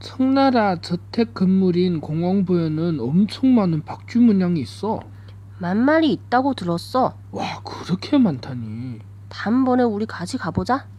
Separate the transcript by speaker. Speaker 1: 청나라 저택 건물인 공항부에는 엄청 많은 박쥐문 양이 있어.
Speaker 2: 만 마리 있다고 들었어.
Speaker 1: 와, 그렇게 많다니.
Speaker 2: 단번에 우리 같이 가보자.